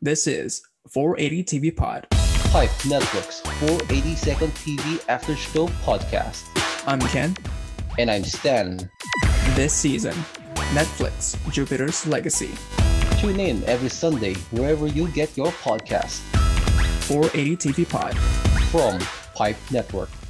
This is 480 TV Pod. Pipe Netflix 480 Second TV After Show Podcast. I'm Ken. And I'm Stan. This season, Netflix Jupiter's Legacy. Tune in every Sunday wherever you get your podcast 480 TV Pod. from Pipe Network.